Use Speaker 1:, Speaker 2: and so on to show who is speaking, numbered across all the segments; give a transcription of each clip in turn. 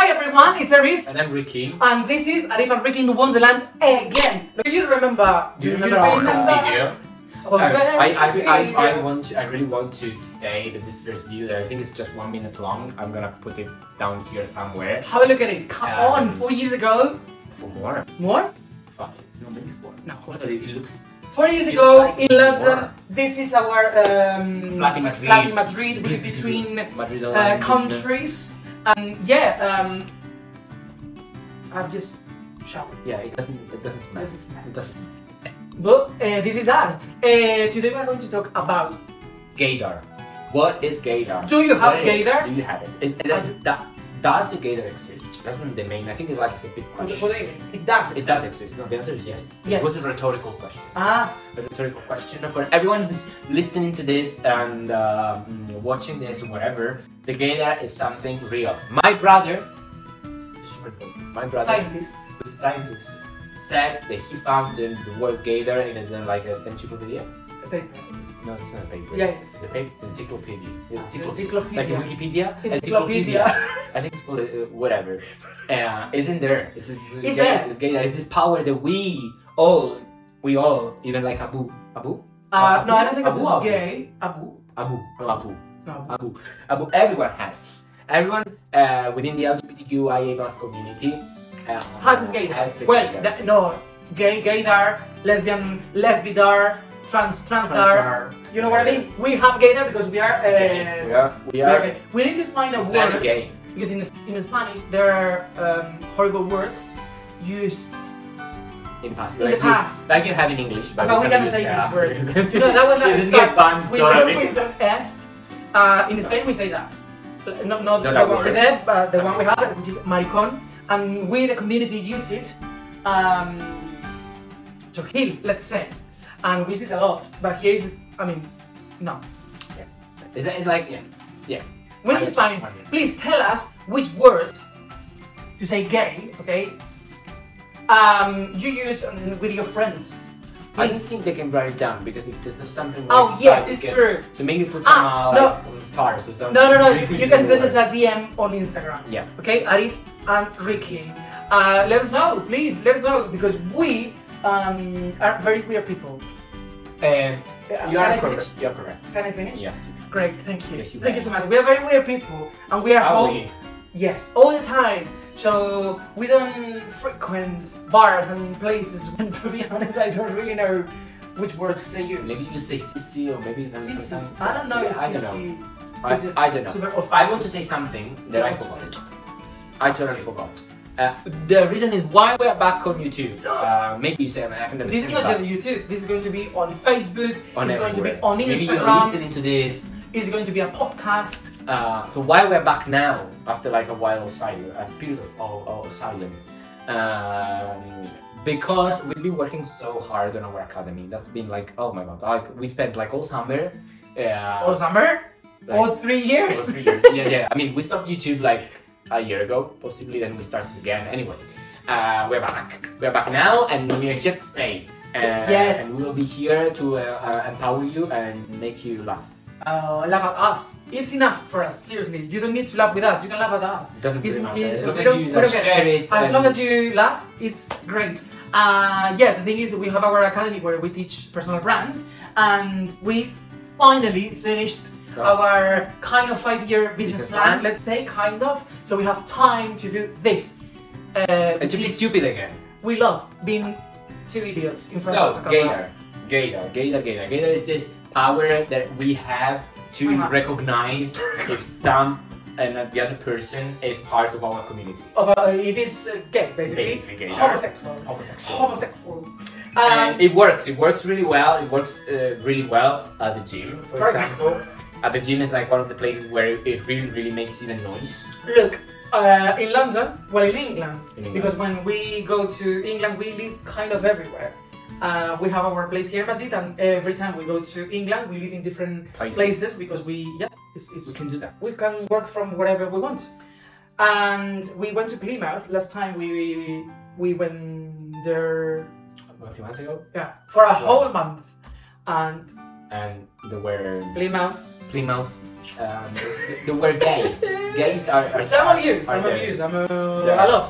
Speaker 1: everyone, it's Arif,
Speaker 2: And I'm Ricky.
Speaker 1: and this is Arif and Ricky in Wonderland again. Do you remember?
Speaker 2: Do you remember our first video?
Speaker 1: Our
Speaker 2: I,
Speaker 1: very
Speaker 2: I, I,
Speaker 1: first
Speaker 2: I, I
Speaker 1: video.
Speaker 2: want to, I really want to say that this first video that I think is just one minute long. I'm gonna put it down here somewhere
Speaker 1: Have a look at it. Come
Speaker 2: Um,
Speaker 1: on, four years ago.
Speaker 2: for more.
Speaker 1: More?
Speaker 2: Five. No, maybe four.
Speaker 1: No.
Speaker 2: Four, but it, it looks
Speaker 1: Four years
Speaker 2: It's
Speaker 1: ago
Speaker 2: like
Speaker 1: in London.
Speaker 2: more.
Speaker 1: This is our um,
Speaker 2: Flat in Madrid.
Speaker 1: flat in Madrid with- between
Speaker 2: Madrid
Speaker 1: uh,
Speaker 2: Online.
Speaker 1: countries. And yeah, um, I've just showered.
Speaker 2: Yeah, it doesn't. It doesn't smell.
Speaker 1: Doesn't smell.
Speaker 2: It doesn't.
Speaker 1: But uh, this is us. Uh, today we are going to talk about
Speaker 2: Gaydar. What is Gaydar?
Speaker 1: Do you have
Speaker 2: What it is?
Speaker 1: Gaydar?
Speaker 2: Do you have it? it,
Speaker 1: I
Speaker 2: it,
Speaker 1: do.
Speaker 2: that- does the Gaydar exist? Doesn't the main? I think it's like it's a big question.
Speaker 1: It does.
Speaker 2: It does exist. No, the answer is yes.
Speaker 1: Yes.
Speaker 2: It was a rhetorical question.
Speaker 1: Ah,
Speaker 2: A rhetorical question for everyone who's listening to this and uh, watching this or whatever. The gaydar is something real. My brother, super big, my brother,
Speaker 1: scientists.
Speaker 2: who's a scientist, said that he found the, the word gaydar in a, like a encyclopedia. No, it's not a paper.
Speaker 1: Yeah,
Speaker 2: it's a paper. Encyclopedia. Encyclopedia. Like
Speaker 1: Encyclopedia.
Speaker 2: Wikipedia.
Speaker 1: Encyclopedia.
Speaker 2: I think it's called uh, whatever. Uh, isn't there? It's, it's,
Speaker 1: It's there.
Speaker 2: It's, gay- it's this power that we all, we all, even like Abu, Abu,
Speaker 1: Uh, no, I don't think
Speaker 2: Abu,
Speaker 1: it was
Speaker 2: Abu.
Speaker 1: gay. Abu.
Speaker 2: Abu, no Abu,
Speaker 1: No.
Speaker 2: Abu, Abu. Everyone has. Everyone uh, within the LGBTQIA plus community uh,
Speaker 1: How is gay?
Speaker 2: Has the
Speaker 1: well,
Speaker 2: gay.
Speaker 1: that- no, gay, gaydar, lesbian, lesbidar, trans, transdar.
Speaker 2: Transgender.
Speaker 1: You know what I mean? We have gaydar because we are. Uh,
Speaker 2: Gay. we are. We
Speaker 1: we are
Speaker 2: are.
Speaker 1: gay. We need to find a
Speaker 2: very
Speaker 1: word
Speaker 2: gay.
Speaker 1: because in, in Spanish there are um, horrible words used.
Speaker 2: in past.
Speaker 1: In the
Speaker 2: like
Speaker 1: past.
Speaker 2: You, like you have in English, but,
Speaker 1: But we
Speaker 2: can't
Speaker 1: cannot say
Speaker 2: use-
Speaker 1: this word. You know that one
Speaker 2: Yeah,
Speaker 1: that
Speaker 2: this
Speaker 1: starts
Speaker 2: gets banned.
Speaker 1: with,
Speaker 2: don't worry.
Speaker 1: with an F. Uh, in Spain we say that. Not, not the
Speaker 2: that
Speaker 1: one with
Speaker 2: word.
Speaker 1: F, but the one we have, which is maricon, and we the community use it um, to heal, let's say, and we use it a lot. But here is, I mean, no.
Speaker 2: Is that is like yeah, yeah.
Speaker 1: When
Speaker 2: I
Speaker 1: you
Speaker 2: just
Speaker 1: find,
Speaker 2: wondered.
Speaker 1: please tell us which word to say gay, okay? Um, you use um, with your friends.
Speaker 2: I don't
Speaker 1: Please.
Speaker 2: think they can write it down because if there's something.
Speaker 1: Oh,
Speaker 2: like
Speaker 1: yes,
Speaker 2: that,
Speaker 1: it's
Speaker 2: you can-
Speaker 1: true.
Speaker 2: So maybe put some
Speaker 1: Ah,
Speaker 2: uh,
Speaker 1: no.
Speaker 2: like um, stars or something.
Speaker 1: No, no, no. You, you can send us a DM on Instagram.
Speaker 2: Yeah.
Speaker 1: Okay, Arif and Ricky. Uh, let us know, please. Let us know because we um, are very queer people.
Speaker 2: Um, you
Speaker 1: Can
Speaker 2: are
Speaker 1: Uh, I
Speaker 2: correct.
Speaker 1: finish?
Speaker 2: You are correct.
Speaker 1: Can I finish?
Speaker 2: Yes.
Speaker 1: Great. Thank you.
Speaker 2: Yes, you
Speaker 1: thank
Speaker 2: may.
Speaker 1: you so much. We are very queer people, and we are
Speaker 2: Are
Speaker 1: home.
Speaker 2: we?
Speaker 1: Yes, all the time. So we don't frequent bars and places. And to be honest, I don't really know which words they use.
Speaker 2: Maybe you say CC or maybe it's
Speaker 1: Sissy.
Speaker 2: something-
Speaker 1: I don't know.
Speaker 2: Yeah,
Speaker 1: if
Speaker 2: I don't know.
Speaker 1: sissy
Speaker 2: I,
Speaker 1: is just
Speaker 2: I don't know.
Speaker 1: Super
Speaker 2: I want to say something that I
Speaker 1: Yes.
Speaker 2: forgot. I totally forgot. Uh, the reason is why we're back on YouTube. Uh, maybe you say I haven't never
Speaker 1: This is
Speaker 2: seen
Speaker 1: not
Speaker 2: it, but
Speaker 1: just YouTube. This is going to be on Facebook.
Speaker 2: on
Speaker 1: it's going to be
Speaker 2: everywhere.
Speaker 1: on
Speaker 2: Maybe you're
Speaker 1: Instagram.
Speaker 2: listening to this.
Speaker 1: It's going to be a podcast.
Speaker 2: Uh, so why we're back now after like a while of silence, a period of, of, of silence? Um, because we've been working so hard on our academy. That's been like oh my god, like we spent like all summer. Uh,
Speaker 1: All summer.
Speaker 2: like-
Speaker 1: all three years.
Speaker 2: Or three years. yeah, yeah. I mean, we stopped YouTube like a year ago, possibly. Then we started again. Anyway, uh, we're back. We're back now, and we're here to stay. Uh,
Speaker 1: Yes.
Speaker 2: And we will be here to uh, uh, empower you and make you laugh.
Speaker 1: Uh, laugh at us. It's enough for us. Seriously, you don't need to laugh with us. You can laugh at us.
Speaker 2: It doesn't
Speaker 1: It's-
Speaker 2: really matter.
Speaker 1: it's- we
Speaker 2: As long as
Speaker 1: don't-
Speaker 2: you
Speaker 1: we
Speaker 2: like,
Speaker 1: don't care.
Speaker 2: share it.
Speaker 1: As
Speaker 2: and-
Speaker 1: long as you laugh, it's great. Uh, yeah, the thing is, we have our academy where we teach personal brand, and we finally finished
Speaker 2: Oh.
Speaker 1: our kind of five-year business,
Speaker 2: Business
Speaker 1: plan,
Speaker 2: plan.
Speaker 1: Let's say kind of. So we have time to do this. Uh,
Speaker 2: And to be
Speaker 1: which is-
Speaker 2: stupid again.
Speaker 1: We love being two idiots in front
Speaker 2: So,
Speaker 1: of a camera.
Speaker 2: Gator. Gator, Gator, Gator. Gator is this power that we have to
Speaker 1: We have.
Speaker 2: recognize if some and the other person is part of our community.
Speaker 1: Of a, it is uh, gay, Oh, basically.
Speaker 2: Basically, Gator.
Speaker 1: Homosexual.
Speaker 2: Homosexual.
Speaker 1: Homosexual.
Speaker 2: And
Speaker 1: Um,
Speaker 2: it works. It works really well. It works uh, really well at the gym, for,
Speaker 1: For
Speaker 2: example. At the gym is like one of the places where it really, really makes even noise.
Speaker 1: look, uh, in London, well, in England,
Speaker 2: In England.
Speaker 1: because when we go to England, we live kind of everywhere. Uh, we have our place here in Madrid, and every time we go to England, we live in different
Speaker 2: Places.
Speaker 1: places because we, yeah, it's,
Speaker 2: We
Speaker 1: it's,
Speaker 2: can do that.
Speaker 1: we can work from wherever we want. And we went to Plymouth last time. We we, we went there
Speaker 2: A few months ago,
Speaker 1: Yeah, for a whole month. And
Speaker 2: and there were
Speaker 1: Plymouth
Speaker 2: Plymouth um, there were gays. gays are, are
Speaker 1: Some of you,
Speaker 2: are
Speaker 1: some
Speaker 2: there.
Speaker 1: of you, some of
Speaker 2: Yeah.
Speaker 1: a lot.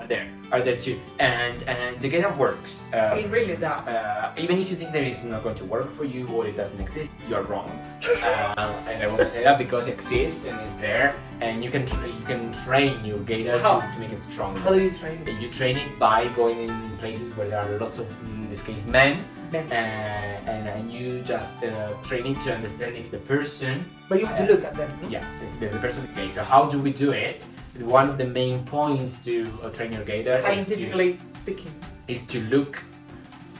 Speaker 2: are there are there too, and and together works. Um,
Speaker 1: It really does.
Speaker 2: uh, even if you think that it's not going to work for you or it doesn't exist, you're wrong. Uh, and I want to say that because it exists and it's there, and you can tra- you can train your gator
Speaker 1: How?
Speaker 2: to, to make it
Speaker 1: How
Speaker 2: stronger.
Speaker 1: do you train it?
Speaker 2: You train it by going in places where there are lots of, in this case, men, uh, and, and you just uh, train it to understand if the person
Speaker 1: But you have to look at them.
Speaker 2: yeah, this, this is the person okay. So how do we do it? One of the main points to uh, train your gator is to,
Speaker 1: Scientifically speaking.
Speaker 2: is to look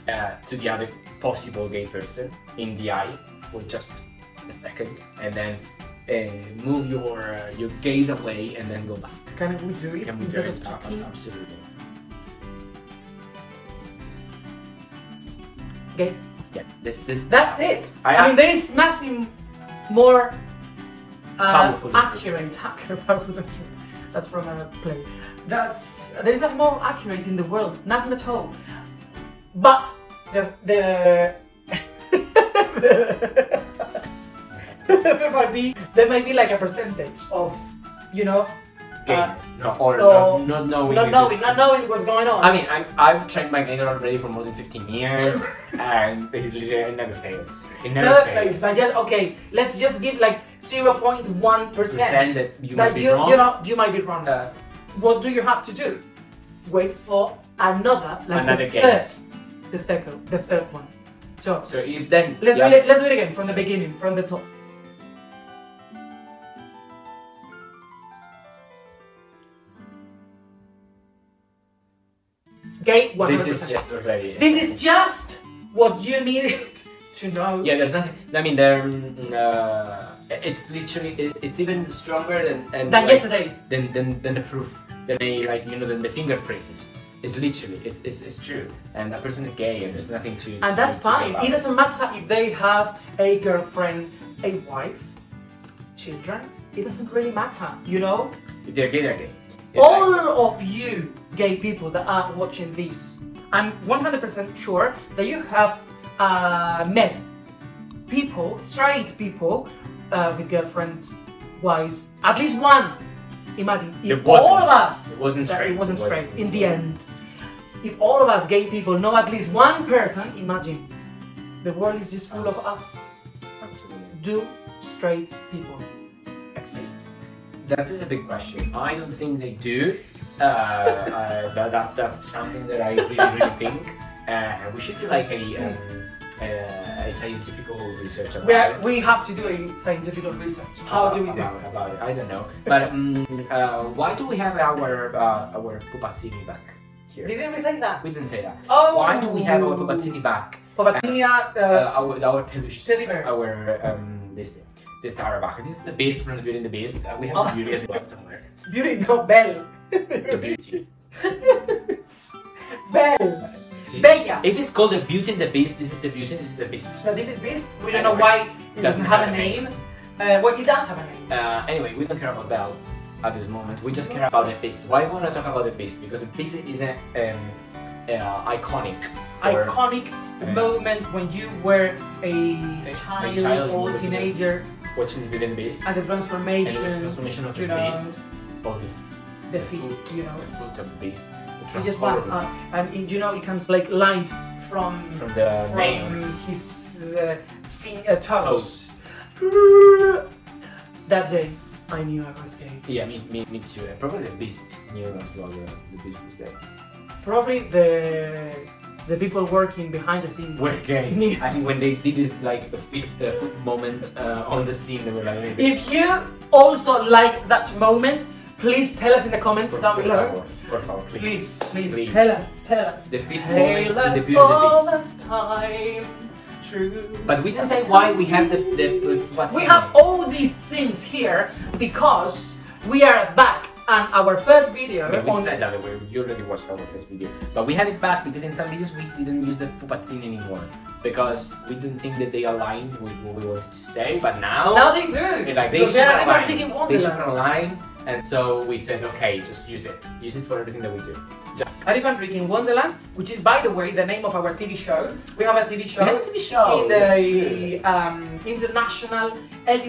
Speaker 2: uh, to the other possible gay person in the eye for just a second, and then uh, move your uh, your gaze away and then go back.
Speaker 1: Can we do it
Speaker 2: Can we do
Speaker 1: instead
Speaker 2: it? Uh,
Speaker 1: of talking?
Speaker 2: Absolutely.
Speaker 1: Okay.
Speaker 2: Yeah. This this
Speaker 1: That's it.
Speaker 2: I-
Speaker 1: I, mean, there is nothing more uh,
Speaker 2: Powerful than
Speaker 1: accurate. accurate, powerful than truth. That's from a play. That's there's nothing more accurate in the world. Nothing at all. But there's the. there might be there might be like a percentage of you know
Speaker 2: games. no, or
Speaker 1: no,
Speaker 2: not, not knowing.
Speaker 1: not
Speaker 2: if
Speaker 1: knowing
Speaker 2: it's-
Speaker 1: not knowing what's going on.
Speaker 2: I mean, I'm, I've trained my gator already for more than 15 years, and it, literally never fails. It never
Speaker 1: Perfect.
Speaker 2: fails.
Speaker 1: But just okay, let's just give like zero point one
Speaker 2: Percent
Speaker 1: percent.
Speaker 2: that you might
Speaker 1: That
Speaker 2: be
Speaker 1: you
Speaker 2: wrong.
Speaker 1: you know you might be wrong.
Speaker 2: uh,
Speaker 1: What do you have to do? Wait for another like
Speaker 2: another
Speaker 1: the
Speaker 2: guess.
Speaker 1: third, the second, the third one. So
Speaker 2: So if then
Speaker 1: let's
Speaker 2: you
Speaker 1: do
Speaker 2: have-
Speaker 1: it. Let's do it again from the beginning, from the top. Okay, one
Speaker 2: this is just already.
Speaker 1: this is just what you needed to know.
Speaker 2: yeah. There's nothing. I mean, there. mm, Uh, it's literally. It, it's even stronger than and
Speaker 1: Than
Speaker 2: like,
Speaker 1: yesterday.
Speaker 2: Than, than than the proof. Than a like you know than the fingerprint. It's literally. It's it's, it's true. And that person is gay, and there's nothing to. to-
Speaker 1: And that's
Speaker 2: to do
Speaker 1: fine.
Speaker 2: about
Speaker 1: It doesn't matter if they have a girlfriend, a wife, children. It doesn't really matter, you know?
Speaker 2: If they're gay, they're gay. It's
Speaker 1: All
Speaker 2: like-
Speaker 1: of you gay people that are watching this, I'm 100% sure that you have uh, met people, straight people, uh, with girlfriends, wives, at least one. Imagine
Speaker 2: It
Speaker 1: if all
Speaker 2: wasn't.
Speaker 1: of us
Speaker 2: It wasn't
Speaker 1: that
Speaker 2: straight.
Speaker 1: It wasn't
Speaker 2: It
Speaker 1: straight
Speaker 2: wasn't.
Speaker 1: in the end. If all of us gay people know at least one person, imagine the world is just full of us.
Speaker 2: Absolutely.
Speaker 1: Do straight people exist?
Speaker 2: That is a big question. I don't think they do. Uh, uh, that, that's, that's something that I really, really think. Uh, we should do like a, um, uh, a scientific research about
Speaker 1: We,
Speaker 2: it.
Speaker 1: are, we have to do a scientific research. How do we do?
Speaker 2: about, about it? I don't know. But um, uh, why do we have our uh, our Pupazzini back here?
Speaker 1: Didn't we say that?
Speaker 2: We didn't say that.
Speaker 1: Oh,
Speaker 2: Why do we have our Pupazzini back?
Speaker 1: Papatinia,
Speaker 2: Uh,
Speaker 1: uh,
Speaker 2: our our peluches,
Speaker 1: Teddy bears.
Speaker 2: our um, this this our back. This is the beast from the Beauty and the Beast. Uh, we have
Speaker 1: Oh.
Speaker 2: the beauty as well somewhere.
Speaker 1: beauty, no, Belle.
Speaker 2: The beauty.
Speaker 1: Belle.
Speaker 2: See?
Speaker 1: Bella.
Speaker 2: If it's called the Beauty and the Beast, this is the Beauty and this is the Beast.
Speaker 1: Now, this is Beast. We don't know why it doesn't have a name. Uh, well, it does have a name.
Speaker 2: Uh, anyway, we don't care about Belle at this moment. We just care about the Beast. Why we want to talk about the Beast? Because the Beast is a, um, uh, iconic. for-
Speaker 1: Iconic
Speaker 2: Uh,
Speaker 1: moment when you were
Speaker 2: a
Speaker 1: a child,
Speaker 2: child
Speaker 1: or
Speaker 2: looking-
Speaker 1: teenager
Speaker 2: Watching the Beauty and the Beast.
Speaker 1: and the
Speaker 2: And the
Speaker 1: transformation,
Speaker 2: transformation of the
Speaker 1: you know,
Speaker 2: Beast. Or the,
Speaker 1: the feet, you know.
Speaker 2: The fruit of the Beast. The
Speaker 1: It just went
Speaker 2: transformers.
Speaker 1: up, and it, you know it comes like light from
Speaker 2: From the
Speaker 1: from
Speaker 2: nails.
Speaker 1: his uh, fin- uh,
Speaker 2: Oh,
Speaker 1: toes.
Speaker 2: Toes.
Speaker 1: That day, I knew I was gay.
Speaker 2: Yeah, me, me, me too. Uh, probably the Beast knew as well the, the Beast was gay.
Speaker 1: Probably the the people working behind the scenes.
Speaker 2: We're gay.
Speaker 1: Yeah.
Speaker 2: I think when they did this like the feet, the foot moment uh, on the scene, they were like. "Hey,
Speaker 1: If you also like that moment, please tell us in the comments
Speaker 2: Por
Speaker 1: down below.
Speaker 2: favor, por favor, please.
Speaker 1: Please, please,
Speaker 2: please.
Speaker 1: tell us, tell us.
Speaker 2: The fifth moment in
Speaker 1: Tell
Speaker 2: the
Speaker 1: us
Speaker 2: Beauty
Speaker 1: all
Speaker 2: and the Beast.
Speaker 1: that's time. True.
Speaker 2: But we didn't say why we have the, the, the what's
Speaker 1: We
Speaker 2: in
Speaker 1: have
Speaker 2: it.
Speaker 1: all these things here because we are back and our first video
Speaker 2: I mean, we
Speaker 1: on
Speaker 2: said that way. You already watched our first video, but we had it back because in some videos we didn't use the pupazzini anymore because we didn't think that they aligned with what we wanted to say. But now, eh,
Speaker 1: now they do
Speaker 2: like they
Speaker 1: because
Speaker 2: should
Speaker 1: they are never
Speaker 2: align.
Speaker 1: thinking
Speaker 2: They should
Speaker 1: Wonderland.
Speaker 2: align And so we said, okay, just use it. Use it for everything that we do.
Speaker 1: Elephant Rig in Wonderland, which is, by the way, the name of our TV show. We have a TV show.
Speaker 2: We have a TV show.
Speaker 1: in the um, international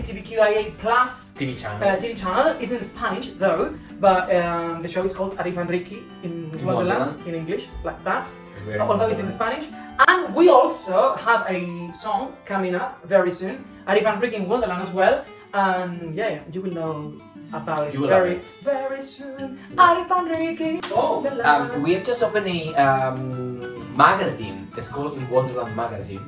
Speaker 1: LGBTQIA plus
Speaker 2: TV channel.
Speaker 1: uh, TV channel. It's in Spanish though, but um, the show is called Arif and Ricky in,
Speaker 2: In
Speaker 1: Wonderland
Speaker 2: Wonderland.
Speaker 1: in English, like that.
Speaker 2: We're
Speaker 1: Although it's in Spanish. And we also have a song coming up very soon, Arif and Ricky in Wonderland as well. And yeah, you will know about it
Speaker 2: You will
Speaker 1: very,
Speaker 2: love
Speaker 1: very soon. Arif and Ricky.
Speaker 2: Oh,
Speaker 1: Wonderland.
Speaker 2: um, we have just opened a um, magazine. It's called In Wonderland Magazine.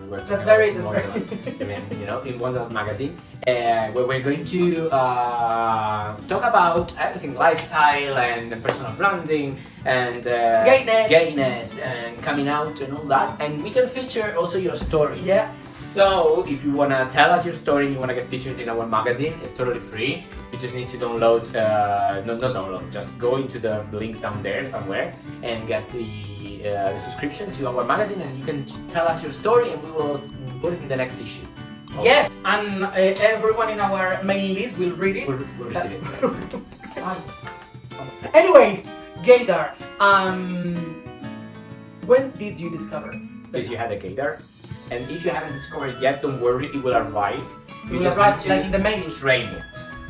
Speaker 2: We were
Speaker 1: That's
Speaker 2: talking
Speaker 1: very
Speaker 2: about Wonderland. I mean, you know, in Wonderland Magazine, uh, where we're going to uh, talk about everything lifestyle and personal branding and uh,
Speaker 1: Gayness.
Speaker 2: gayness and coming out and all that. And we can feature also your story.
Speaker 1: Yeah,
Speaker 2: So, if you wanna tell us your story and you wanna get featured in our magazine, it's totally free. You just need to download, uh, no, not download, just go into the links down there somewhere and get the, uh, the subscription to our magazine, and you can tell us your story, and we will s- put it in the next issue.
Speaker 1: yes, and uh, everyone in our mailing list will read it.
Speaker 2: we'll, we'll receive it.
Speaker 1: Anyways, Gaydar, um, when did you discover?
Speaker 2: Did you have a gator? And if you haven't discovered it yet, don't worry, it will arrive.
Speaker 1: You
Speaker 2: just
Speaker 1: arrived
Speaker 2: need to-
Speaker 1: like in the mail.
Speaker 2: train it.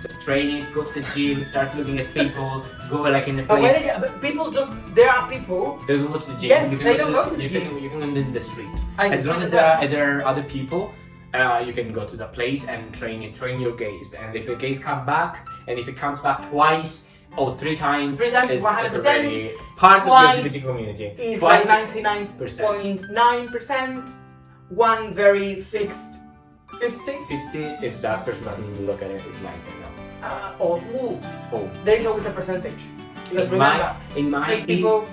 Speaker 2: Just train it. Go to the gym. Start looking at people. Go like in a
Speaker 1: But,
Speaker 2: place.
Speaker 1: where did you, but people don't. There are people.
Speaker 2: They don't go to the gym.
Speaker 1: Yes,
Speaker 2: you can
Speaker 1: they don't go to the
Speaker 2: you Can, you can go in the street.
Speaker 1: I
Speaker 2: as long as there are, there are other people, uh, you can go to the place and train it, train your gaze. And if your gaze comes back, and if it comes back twice or three times,
Speaker 1: Three times,
Speaker 2: it's, it's
Speaker 1: 100%,
Speaker 2: already part
Speaker 1: twice
Speaker 2: of the LGBT community.
Speaker 1: is like
Speaker 2: twice,
Speaker 1: ninety nine point nine percent. One very fixed fifty.
Speaker 2: 50 if that person doesn't look at it, it's 90 now.
Speaker 1: Uh, or ooh,
Speaker 2: Oh.
Speaker 1: there is always a percentage. Because
Speaker 2: In my,
Speaker 1: remember,
Speaker 2: in my
Speaker 1: straight
Speaker 2: people,
Speaker 1: people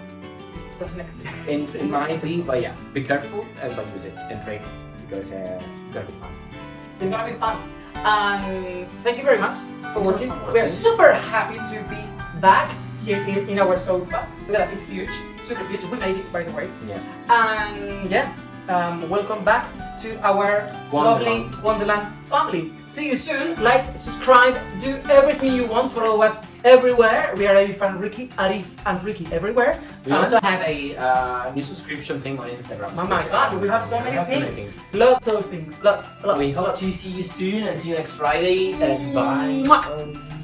Speaker 1: just doesn't exist.
Speaker 2: in, in my be, but yeah, be careful and but use it and train it because uh, it's gonna be fun.
Speaker 1: It's gonna be fun. Um, thank you very much for watching.
Speaker 2: for
Speaker 1: We are
Speaker 2: watching.
Speaker 1: super happy to be back here in, in our sofa. Look at that, it's huge, super huge. We made it, by the way.
Speaker 2: Yeah.
Speaker 1: And yeah, um, welcome back to our
Speaker 2: Wonderland.
Speaker 1: lovely Wonderland family. See you soon. Like, subscribe, do everything you want. Follow us everywhere. We are Arif and Ricky, Arif and Ricky everywhere.
Speaker 2: We
Speaker 1: And
Speaker 2: also have a uh, new subscription thing on Instagram.
Speaker 1: Oh my God, we have so many
Speaker 2: We have
Speaker 1: things. lots of things, lots, lots.
Speaker 2: We
Speaker 1: lots.
Speaker 2: hope to see you soon and see you next Friday and bye.
Speaker 1: Mwah.